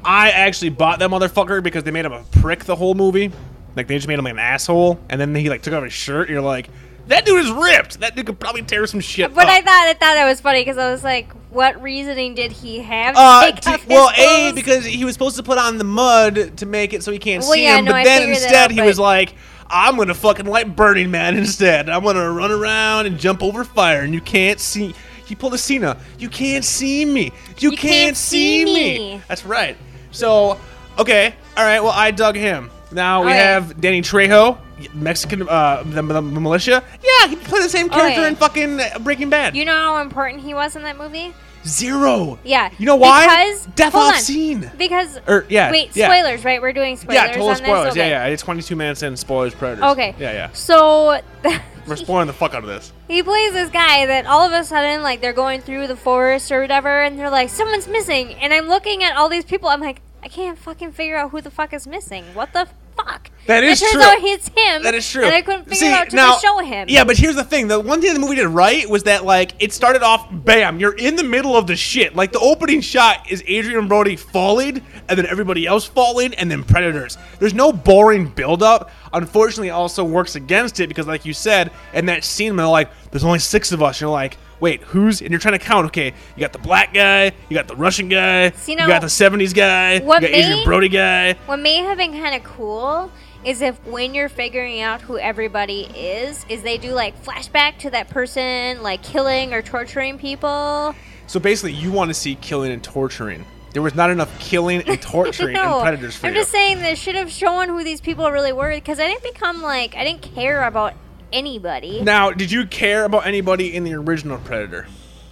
I actually bought that motherfucker because they made him a prick the whole movie. Like they just made him an asshole, and then he like took off his shirt. And you're like, that dude is ripped. That dude could probably tear some shit.
But
up.
I thought I thought that was funny because I was like, what reasoning did he have? To
Uh,
take
d-
off his
well, a
clothes?
because he was supposed to put on the mud to make it so he can't
Well,
see
yeah,
him,
no,
but
I
then
figured that
instead
out,
he
but-
was like, "I'm gonna fucking light Burning Man instead. I'm gonna run around and jump over fire, and you can't see." He pulled a Cena. You can't see me. You, can't, see me.
me.
That's right. So, okay, all right. Well, I dug him. Now we
All right.
have Danny Trejo, Mexican, uh, the, the militia. Yeah, he played the same character
Okay.
in fucking uh, Breaking Bad.
you know how important he was in that movie.
Zero.
Yeah.
You know why?
Because
Death
hold
off
on.
scene.
Because
Or- Er, yeah,
wait,
yeah.
spoilers, right? We're doing spoilers.
Yeah, total
on
spoilers.
This?
Yeah,
Okay.
yeah. It's 22 minutes in. Spoilers, Predators.
Okay.
Yeah, yeah.
So
We're spoiling the fuck out of this.
he plays this guy that all of a sudden, like, they're going through the forest or whatever, and they're like, someone's missing. And I'm looking at all these people. I'm like, I can't fucking figure out who the fuck is missing. What the fuck?
That is
it turns
true.
Out it's him.
That is true.
And I couldn't figure
See,
out to
now-
show him.
Yeah, but here's the thing: the one thing the movie did right was that like it started off, bam, you're in the middle of the shit. Like the opening shot is Adrian Brody falling, and then everybody else falling, and then predators. There's no boring buildup. Unfortunately, it also works against it because, like you said, in that scene, they're like, "There's only six of us." And you're like. Wait, who's and you're trying to count? Okay, you got the black guy, you got the Russian guy,
See,
you
now,
got the '70s guy, you
what
got Adrian
made-
Brody guy.
What may have been kind of cool is if when you're figuring out who everybody is, is they do like flashback to that person like killing or torturing people.
So basically, you want to see killing and torturing. There was not enough killing and torturing in Predators for
I'm
you.
just saying they should have shown who these people really were because I didn't become like I didn't care about anybody.
now, did you care about anybody in the original Predator?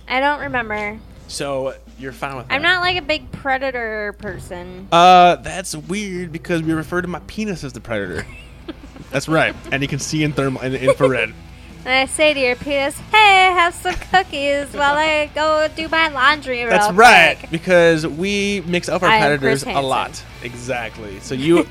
I don't remember.
So you're fine with that.
I'm not like a big predator person.
Uh, that's weird because we refer to my penis as the Predator. that's right, and you can see in thermal in infrared.
And I say to your penis, "Hey, have some cookies while I go do my laundry." Real
That's right,
quick."
because we mix up our
I am
predators
Chris
a
Hansen.
lot. Exactly. So you,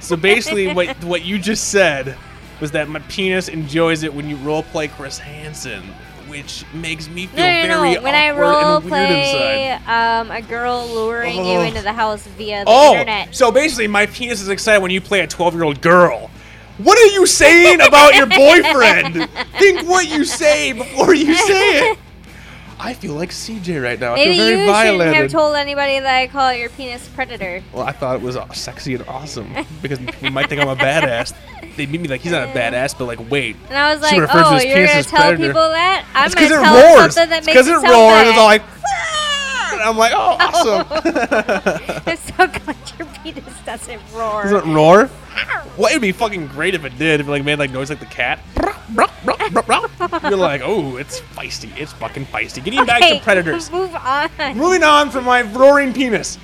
so basically, what what you just said was that my penis enjoys it when you role play Chris Hansen, which makes me feel
No, no, no.
very
When I
awkward
role
and weird
play
inside.
um, a girl luring you
Oh.
into the house via the
Oh,
internet.
so basically, my penis is excited when you play a twelve-year-old girl. What are you saying about your boyfriend? Think what you say before you say it. I feel like CJ right now. I
Maybe
feel
you
very violated.
shouldn't have told anybody that I call your penis predator.
Well, I thought it was uh, sexy and awesome because people might think I'm a badass. They meet me like he's not a badass, but like wait,
And I was
She
like,
refers to
oh,
his
you're
penis
going
as
to tell
predator.
people that? I'm
it's because
going
it
to tell
roars.
something that
It's
makes
it
you
roars.
sound bad.
It's all like, "Ah!" And I'm like, oh, awesome.
I'm so glad your penis doesn't roar.
Does it roar? What it'd be fucking great if it did. If it like made like noise like the cat. You're like, oh, it's feisty. It's fucking feisty. Getting back
Okay,
to predators.
Move on.
Moving on from my roaring penis.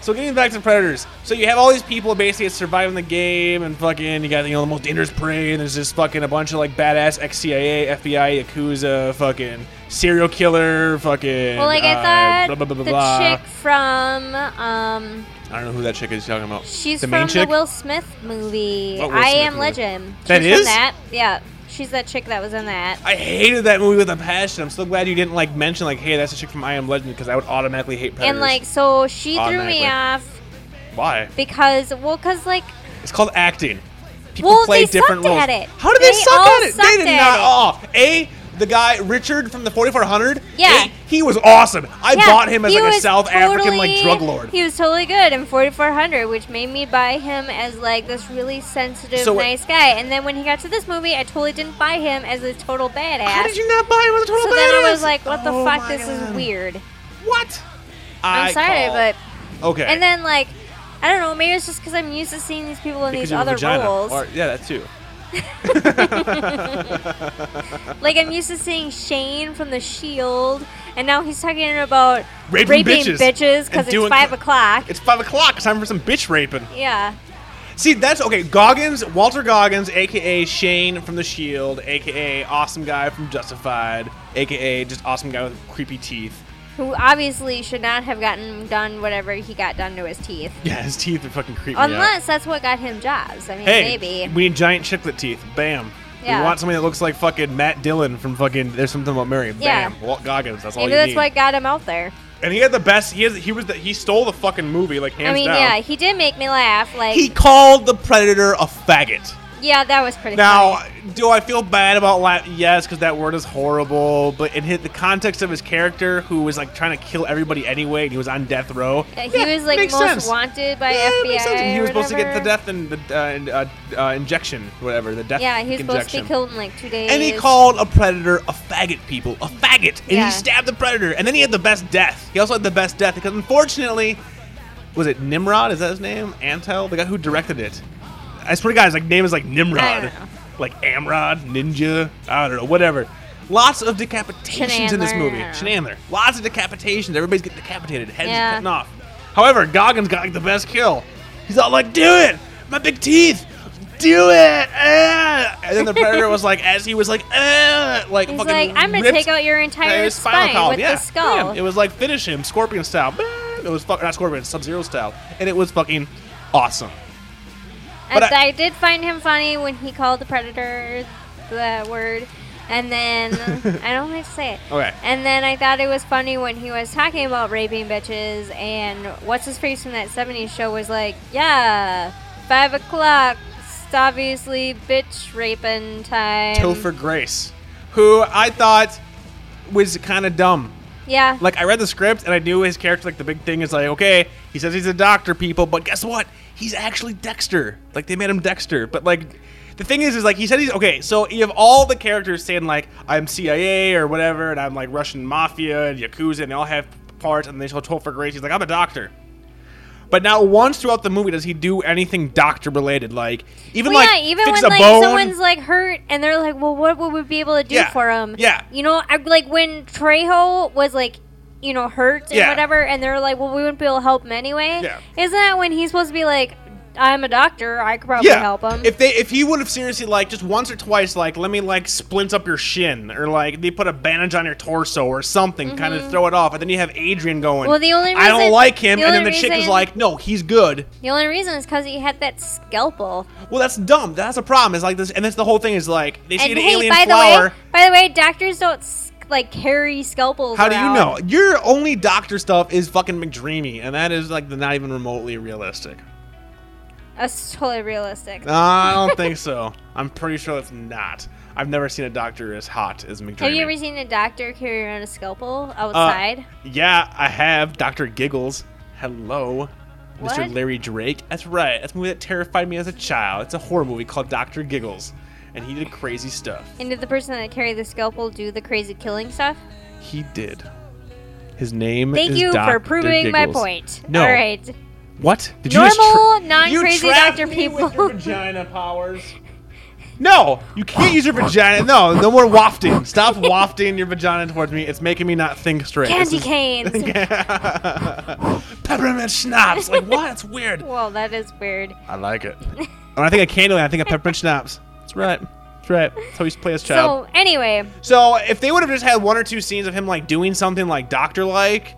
So getting back to predators. So you have all these people basically surviving the game and fucking you got you know the most dangerous prey and there's just fucking a bunch of like badass ex CIA, FBI, Yakuza, fucking serial killer, fucking
Well, like,
uh,
I
blah,
thought
blah, blah,
the
blah, blah.
chick from, um,
I don't know who that chick is talking about.
she's
the
from
main
the
chick?
Will Smith movie,
What Will
I
Smith
Am
movie?
Legend. She's
That is?
From that. Yeah, she's that chick that was in that.
I hated that movie with a passion. I'm so glad you didn't like mention like, hey, that's a chick from I Am Legend because I would automatically hate predators.
And like, so she threw
Automatically.
me off
why?
because, well, because like,
It's called acting. People
Well,
play
they
different
sucked
roles.
at it.
How did they,
They
suck
all
at it? They
sucked
did
at
not.
it.
all. a the guy Richard from the 4400.
Yeah.
Hey, he was awesome. I
Yeah,
bought him as
he
like a
was
South African like
totally-
drug lord.
He was totally good in 4400, which made me buy him as like this really sensitive,
So uh, what-
nice guy. And then when he got to this movie, I totally didn't buy him as a total badass.
How did you not buy him as a total
so then I was
badass?
like, what the
Oh
fuck?
my
This is
God.
weird.
What?
I'm
I
sorry,
call-
but
okay.
and then like I don't know. Maybe it's just because I'm used to seeing these people in
Because
these
you have a
other
vagina.
roles.
Or- yeah, that too.
Like I'm used to seeing Shane from The Shield, and now he's talking about
Raping bitches. And
because it's
doing-
five o'clock.
It's five o'clock. It's time for some bitch raping.
yeah,
See, that's okay. Goggins, Walter Goggins, aka Shane from The Shield, aka awesome guy from Justified, aka just awesome guy with creepy teeth.
who obviously should not have gotten done whatever he got done to his teeth,
Yeah, his teeth are fucking creepy.
unless that's what got him jobs. I mean,
hey,
maybe.
we need giant chiclet teeth. Bam.
Yeah.
We want somebody that looks like fucking Matt Dillon from fucking There's Something About Mary.
Yeah.
Bam. Walt Goggins. That's all
Maybe
you
that's
need.
what got him out there.
and he had the best. He has. He was. The, he stole the fucking movie like hands
I mean,
down.
yeah, he did make me laugh. Like,
He called the predator a faggot.
yeah, that was pretty.
Now,
funny.
do I feel bad about that? Yes, because that word is horrible. But it hit the context of his character, who was like trying to kill everybody anyway, and he was on death row.
Yeah, he was like
makes
most
sense.
wanted by
Yeah,
FBI.
it makes sense. And He
or
was supposed to get the
whatever.
death and the uh, and, uh, uh, injection, whatever the death.
Yeah, he was supposed to
injection.
be killed in like two days.
And he called a predator a faggot, people. A faggot. And
Yeah.
he stabbed the predator. And then he had the best death. He also had the best death because, unfortunately, was it Nimrod? Is that his name? Antel? The guy who directed it. I swear to God, his like, name is like
I
Nimrod.
don't know.
Like Amrod, Ninja. I don't know, whatever. Lots of decapitations in this
Chenandler,
movie.
I don't know.
Chenandler. Lots of decapitations. Everybody's getting decapitated. Heads
Yeah.
cutting off. However, Goggins got like the best kill. He's all like, "Do it, my big teeth, do it!" ah." And then the predator was like, as he was like, ah, like
He's
fucking
like, I'm gonna
ripped
take out your entire
his spinal
spine
column.
with
yeah,
this skull.
bam. It was like finish him, scorpion style. Bam. It was fuck, not scorpion, Sub Zero style, and it was fucking awesome.
And
but I-
I, did find him funny when he called the predator the word, and then I don't like to say it.
Okay.
And then I thought it was funny when he was talking about raping bitches, and what's his face from that '70s show was like, "Yeah, five o'clock." It's obviously bitch raping time.
Topher Grace, who I thought was kind of dumb.
Yeah.
Like I read the script and I knew his character. Like the big thing is like, okay, he says he's a doctor, people, but guess what? He's actually Dexter. Like they made him Dexter, but like the thing is, is like he said he's okay. So you have all the characters saying like I'm CIA or whatever, and I'm like Russian mafia and yakuza, and they all have parts, and they just told for grace. He's like I'm a doctor. But not once throughout the movie does he do anything doctor related. Like even
Well,
like
yeah, even
fix
when
a
like
bone.
someone's like hurt and they're like, well, what would we be able to do
Yeah,
for him?
yeah.
you know, I, like when Trejo was like, you know, hurt and
Yeah.
whatever, and they're like, well, we wouldn't be able to help him anyway.
Yeah.
Isn't that when he's supposed to be like, I'm a doctor, I could probably help him?
If they if he would have seriously like just once or twice like let me like splint up your shin or like they put a bandage on your torso or something kind of throw it off and then you have Adrian going
Mm-hmm. Well, the only
I don't
reason-
like him
the
and then
only
the chick is
reason-
like no he's good
the only reason is because he had that scalpel.
well that's dumb that's a problem it's like this and that's the whole thing is like they see an
And hey,
alien
by
flower
the way, by the way, doctors don't s- like carry scalpels.
how do you
around.
know your only doctor stuff is fucking McDreamy and that is like the not even remotely realistic
That's totally realistic.
Uh, I don't think so I'm pretty sure that's not I've never seen a doctor as hot as McDreamy
Have you ever seen a doctor carry around a scalpel
Uh,
outside?
Yeah, I have. Dr. Giggles. Hello. Mr.
What?
Larry Drake. That's right. That's a movie that terrified me as a child. It's a horror movie called Dr. Giggles. And he did crazy stuff.
And did the person that carried the scalpel do the crazy killing stuff?
He did. His name
Thank
is
you
Dr.
for proving my
Giggles.
point.
No.
All right.
What? Did
Normal,
you just tra- you
non-crazy
trapped
doctor
me with
people.
your vagina powers. No, you can't use your vagina. No, no more wafting. Stop wafting your vagina towards me. It's making me not think straight.
Candy
This is-
canes.
Peppermint schnapps. Like what? That's weird.
well, that is weird.
I like it. when Oh, I think of candy, I think of peppermint schnapps. That's right. That's right. That's how we used to play as child.
So anyway,
So, if they would have just had one or two scenes of him like doing something like doctor like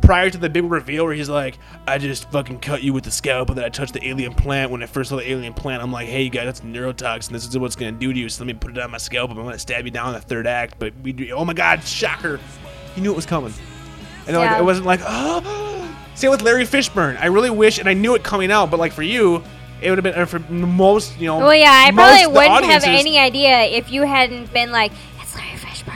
prior to the big reveal where he's like, I just fucking cut you with the scalpel that I touched the alien plant. When I first saw the alien plant, I'm like, hey, you guys, that's neurotoxin. This is what's going to do to you. So, let me put it on my scalpel. I'm going to stab you down in the third act. But we do, oh my God, shocker. He knew it was coming. And like,
Yeah.
it wasn't like, oh. Same with Larry Fishburne. I really wish, and I knew it coming out, but like for you, it would have been, or for most, you know.
well, yeah, I
most
probably
of the
wouldn't have
audiences-
any idea if you hadn't been like, "It's Larry Fishburne."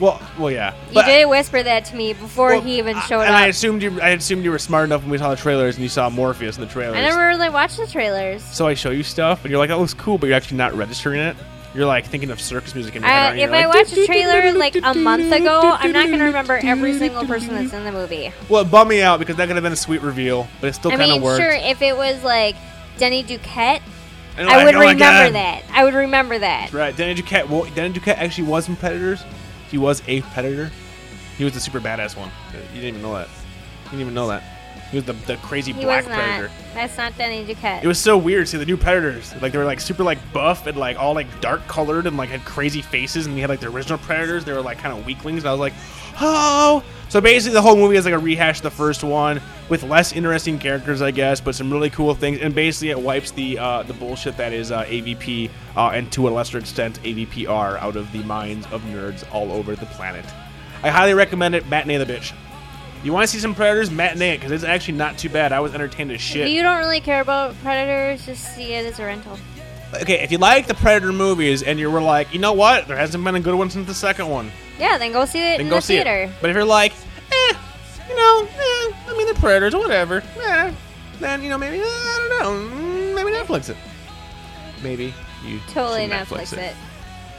Well, well, yeah.
You
But-
did whisper that to me before
well,
he even
I-
showed
and I
up.
assumed you. I assumed you were smart enough when we saw the trailers and you saw Morpheus in the trailers.
I never really watched the trailers.
So I show you stuff, and you're like, "That looks cool," but you're actually not registering it. You're like thinking of circus music in your
I,
head.
if I watched a trailer like a month ago, I'm not going to remember every single person that's in the movie.
well, it bummed me out because that could have been a sweet reveal, but it still
I
kind of
mean,
worked.
sure, if it was like Denny Duquette,
And
I
like,
would
oh my
remember
God.
that. I would remember that.
Right, Danny Duquette. Well, Danny Duquette actually was from Predators. He was a Predator. He was the super badass one. You didn't even know that. You didn't even know that. He was the, the crazy
He
black
was not.
Predator.
That's not Denny Duquette.
It was so weird. See the new Predators, like they were like super like buff and like all like dark colored and like had crazy faces. And we had like the original Predators. They were like kind of weaklings. And I was like, oh. So basically, the whole movie is like a rehash of the first one with less interesting characters, I guess, but some really cool things. And basically, it wipes the uh, the bullshit that is uh, AVP uh, and to a lesser extent AVPR out of the minds of nerds all over the planet. I highly recommend it. Matinee the bitch. You want to see some Predators? Matinee it because it's actually not too bad. I was entertained as shit.
If you don't really care about Predators, just see it as a rental.
okay, if you like the Predator movies and you were like, you know what, there hasn't been a good one since the second one,
Yeah, then go see it
then
in
go
the
see
theater.
it. But if you're like, eh, you know, eh, I mean, the Predators, whatever, eh, then, you know, maybe, eh, I don't know, mm, maybe Netflix it. Maybe you
Totally
should
Netflix it.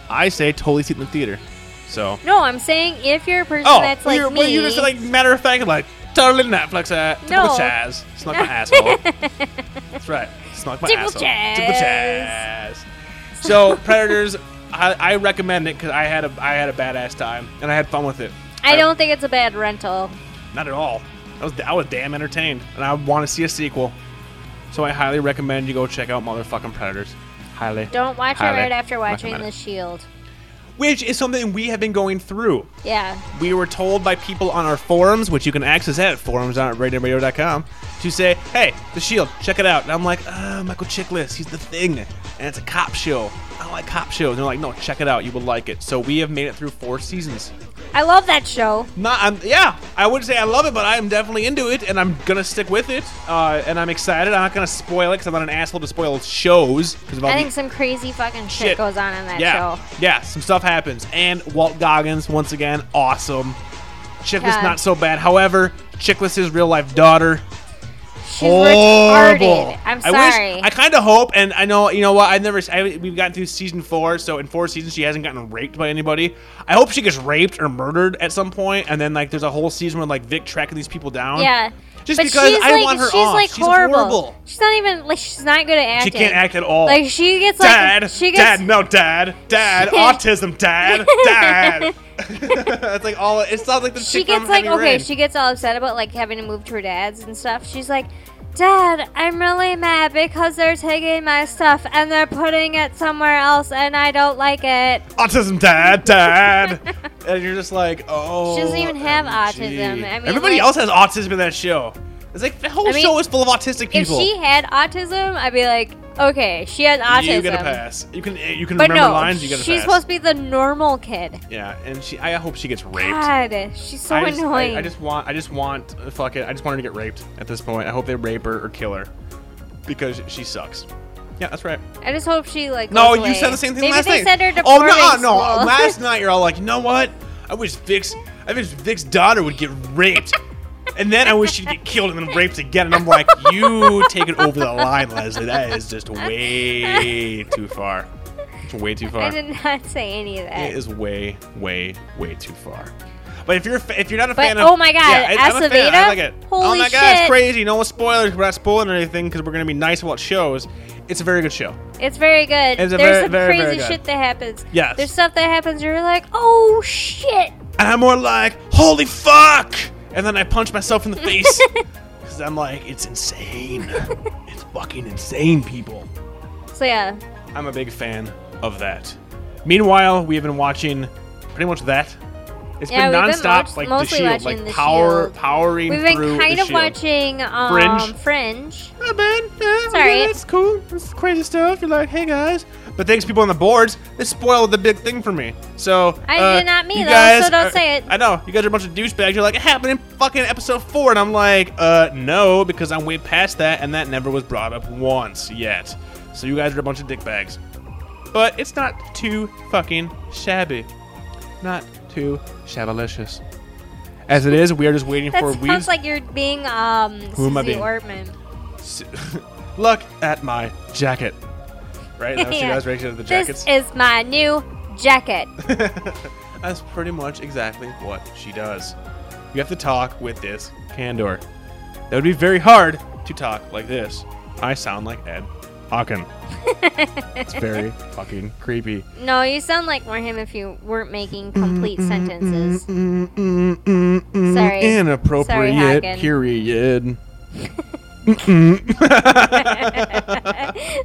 I say totally see it in the theater. So,
No, I'm saying if you're a person
oh,
that's
well,
like
you're,
me.
well, you're just like matter of fact, like totally Netflix it. Typical
No.
Chaz. Snuck my asshole. That's right. Snuck my
Typical
asshole.
Chaz.
Typical Chaz. So Predators, I, I recommend it because I had a I had a badass time and I had fun with it.
I don't think it's a bad rental.
Not at all. I was I was damn entertained and I want to see a sequel. So I highly recommend you go check out motherfucking Predators. Highly.
Don't watch it
Highly
right after watching
recommend
The
it.
Shield.
Which is something we have been going through.
Yeah.
we were told by people on our forums, which you can access at forums.radioradio.com, to say, hey, The Shield, check it out. And I'm like, ah, Michael Chiklis, he's the thing. And it's a cop show. I don't like cop shows. And they're like, no, check it out. You will like it. So we have made it through four seasons.
I love that show.
Not, I'm, yeah, I would say I love it, but I am definitely into it, and I'm gonna stick with it. Uh, and I'm excited. I'm not gonna spoil it because I'm not an asshole to spoil shows. Because of all
I
the
think some crazy fucking shit,
Shit.
goes on in that
yeah.
show.
Yeah, some stuff happens. And Walt Goggins, once again, awesome. Chickless
Yeah.
not so bad. However, Chickless's real life daughter.
She's
Horrible.
retarded. I'm
I wish-
sorry.
I, kind of hope, and I know, you know what? I've never. I, we've gotten through season four, so in four seasons, she hasn't gotten raped by anybody. I hope she gets raped or murdered at some point, and then like there's a whole season where like Vic tracking these people down.
yeah.
Just
but
because
she's
I
like,
want her
she's
off.
like
She's
horrible.
horrible.
She's not even like she's not good at
She
acting.
can't act at all.
Like she gets like
Dad,
she gets
Dad, no, Dad, Dad, autism, Dad, Dad. That's like all. It sounds like the
she
chick from
gets like
Heavy
okay,
Rain.
she gets all upset about like having to move to her dad's and stuff. She's like, Dad, I'm really mad because they're taking my stuff and they're putting it somewhere else and I don't like it.
autism, Dad, Dad. and you're just like, oh.
She doesn't even have
OMG.
autism. I mean,
everybody
like-
else has autism in that show. It's like the whole
I mean,
show is full of autistic people.
If she had autism, I'd be like, okay, she has autism.
You get a pass. You can you can
But
remember
no,
lines. You get a
she's
pass.
supposed to be the normal kid.
yeah, and she. I hope she gets raped.
God, she's so
I just, I-
annoying.
I, just want, I just want, fuck it. I just want her to get raped at this point. I hope they rape her or kill her because she sucks. Yeah, that's right.
hope she like.
No,
goes
you
away.
said the same thing
Maybe
last
they
night.
sent her to
oh
boarding
no,
school.
no! Last night you're all like, you know what? I wish Vic's, I wish Vic's daughter would get raped, and then I wish she'd get killed and then raped again. And I'm like, you take it over the line, Leslie. That is just way too far. It's way too far.
I did not say any of that.
It is way, way, way too far. But if you're a fa- if you're not a
But,
fan of
oh my God,
yeah, I- I'm a fan. I
Aceveda?
like it. oh
Holy
my god, it's
shit.
crazy. No spoilers. We're not spoiling anything because we're gonna be nice about shows. It's a very good show.
It's very good.
It's a
There's
very-
some
very,
crazy
very good.
shit that happens.
Yes.
There's stuff that happens. You're like, oh shit.
and I'm more like, holy fuck! And then I punch myself in the face. Because I'm like, it's insane. it's fucking insane, people.
So yeah,
I'm a big fan of that. Meanwhile, we have been watching pretty much that. It's
Yeah,
been
we've been
nonstop,
watch-
like the
mostly
shield,
watching
like
The
power,
Shield.
powering
we've been
through
kind
the
of
shield.
watching um,
Fringe.
Fringe.
Not bad. Ah, Yeah,
all right.
It's cool. It's crazy stuff. You're like, hey guys. But thanks, people on the boards. They spoiled the big thing for me. So
I
uh,
did not mean
you
though,
guys
so don't
are-
say it.
I know you guys are a bunch of douchebags. You're like, it happened in fucking episode four, and I'm like, uh, no, because I'm way past that, and that never was brought up once yet. So you guys are a bunch of dickbags. But it's not too fucking shabby. Not to Shabalicious. As it is, we are just waiting
That
for
sounds
weeds.
like you're being um
Who am I
Suzy
being?
Ortman.
S- Look at my jacket. Right? That was,
Yeah.
that was reaction to the jackets.
This is my new jacket.
That's pretty much exactly what she does. You have to talk with this candor. That would be very hard to talk like this. I sound like Ed Aachen. it's very fucking creepy.
no, you sound like more him if you weren't making
Mm-hmm,
complete sentences. Sorry. Sorry,
Inappropriate
Hagen.
period. I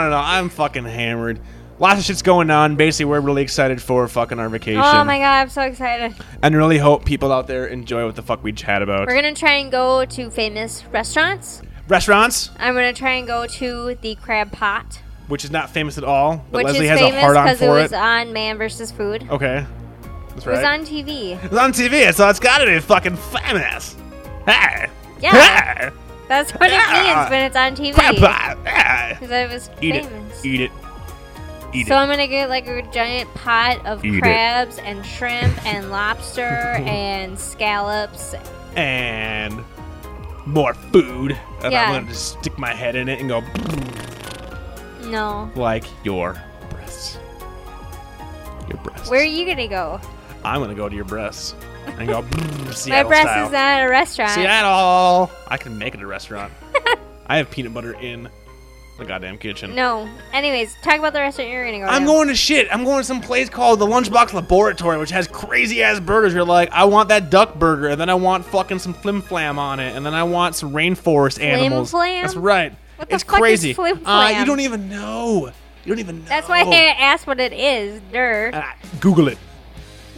don't know. I'm fucking hammered. Lots of shit's going on. Basically, we're really excited for fucking our vacation.
Oh my god, I'm so excited.
And really hope people out there enjoy what the fuck we chat about.
We're gonna try and go to famous restaurants.
Restaurants,
I'm gonna try and go to the crab pot,
which is not famous at all, but
which
Leslie
is
has a
famous
hard on
because it
for
was
it.
on Man vs. Food.
Okay. That's
It was
right.
on TV.
It's on TV, so it's gotta be fucking famous. Hey.
Yeah.
Hey.
That's what it
Yeah.
means when it's on TV.
Crab pot. Hey.
Because it was
Eat
famous.
it. Eat it. Eat
so
it.
I'm gonna get like a giant pot of
Eat it.
crabs and shrimp and lobster and scallops.
and more food. And
Yeah.
I'm gonna just stick my head in it and go
No.
like your breasts. Your breasts.
Where are you gonna go?
I'm gonna go to your breasts and go
My
Seattle
breast
style.
is uh, not at a restaurant.
Seattle. I can make it a restaurant. I have peanut butter in the goddamn kitchen.
No. Anyways, talk about the restaurant you're gonna go
I'm
to.
going to shit. I'm going to some place called the Lunchbox Laboratory, which has crazy ass burgers. You're like, I want that duck burger, and then I want fucking some flim flam on it, and then I want some rainforest animals.
flam?
That's right.
What the
it's
fuck is
crazy.
flim
Uh,
flam?
you don't even know. You don't even know.
That's why I asked what it is. Dirt.
Ah, Google it.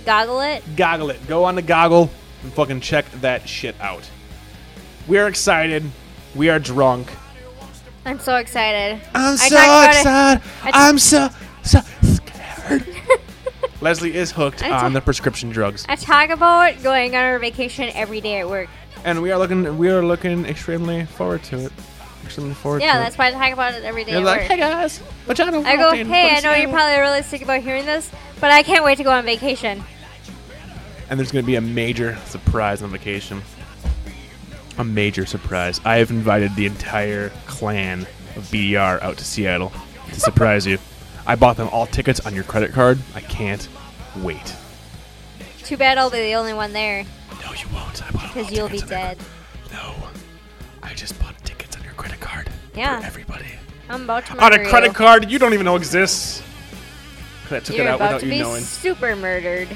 Goggle it.
Goggle it. Go on the goggle and fucking check that shit out. We are excited. We are drunk.
I'm so excited.
I'm
I
so
talked about it-
excited.
I-
I'm so so scared. Leslie is hooked
I
on
ta-
the prescription drugs,
I talk about going on our vacation every day at work.
and we are looking we are looking extremely forward to it. Extremely forward.
Yeah,
to
that's
it.
why I talk about it every day
You're
at
like,
work.
hey guys, but I don't.
I go, hey, I know you're probably really sick about hearing this, but I can't wait to go on vacation.
And there's going to be a major surprise on vacation. A major surprise. I have invited the entire clan of BDR out to Seattle to surprise you. I bought them all tickets on your credit card. I can't wait.
Too bad I'll be the only one there,
No, you won't. I bought all
because you'll be
tickets on your-
dead.
No, I just bought tickets on your credit card.
Yeah.
For everybody.
I'm about to
On
murder
a credit
you.
card you don't even know exists. 'Cause I took
You're
it out
about
without
to
you
be
knowing.
super murdered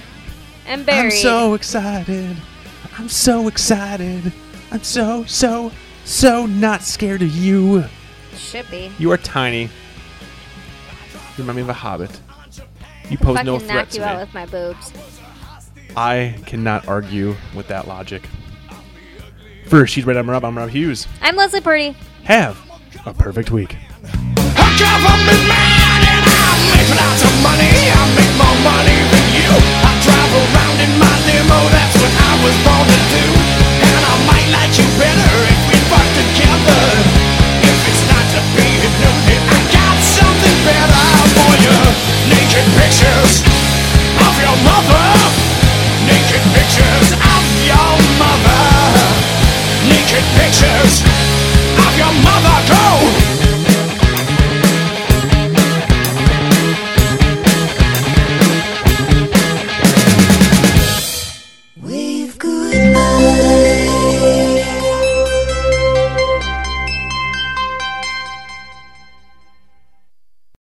and
I'm
buried.
so excited. I'm so excited. I'm so, so, so not scared of you.
Should be.
You are tiny. You remind me of a hobbit. You pose
Fucking
no
knock
threat
you
to
out
me.
with my boobs.
I cannot argue with that logic. First, she's right. I'm Rob. I'm Rob Hughes.
I'm Leslie Purdy.
Have a perfect week.
I come from this man and I make lots of money. I make more money than you.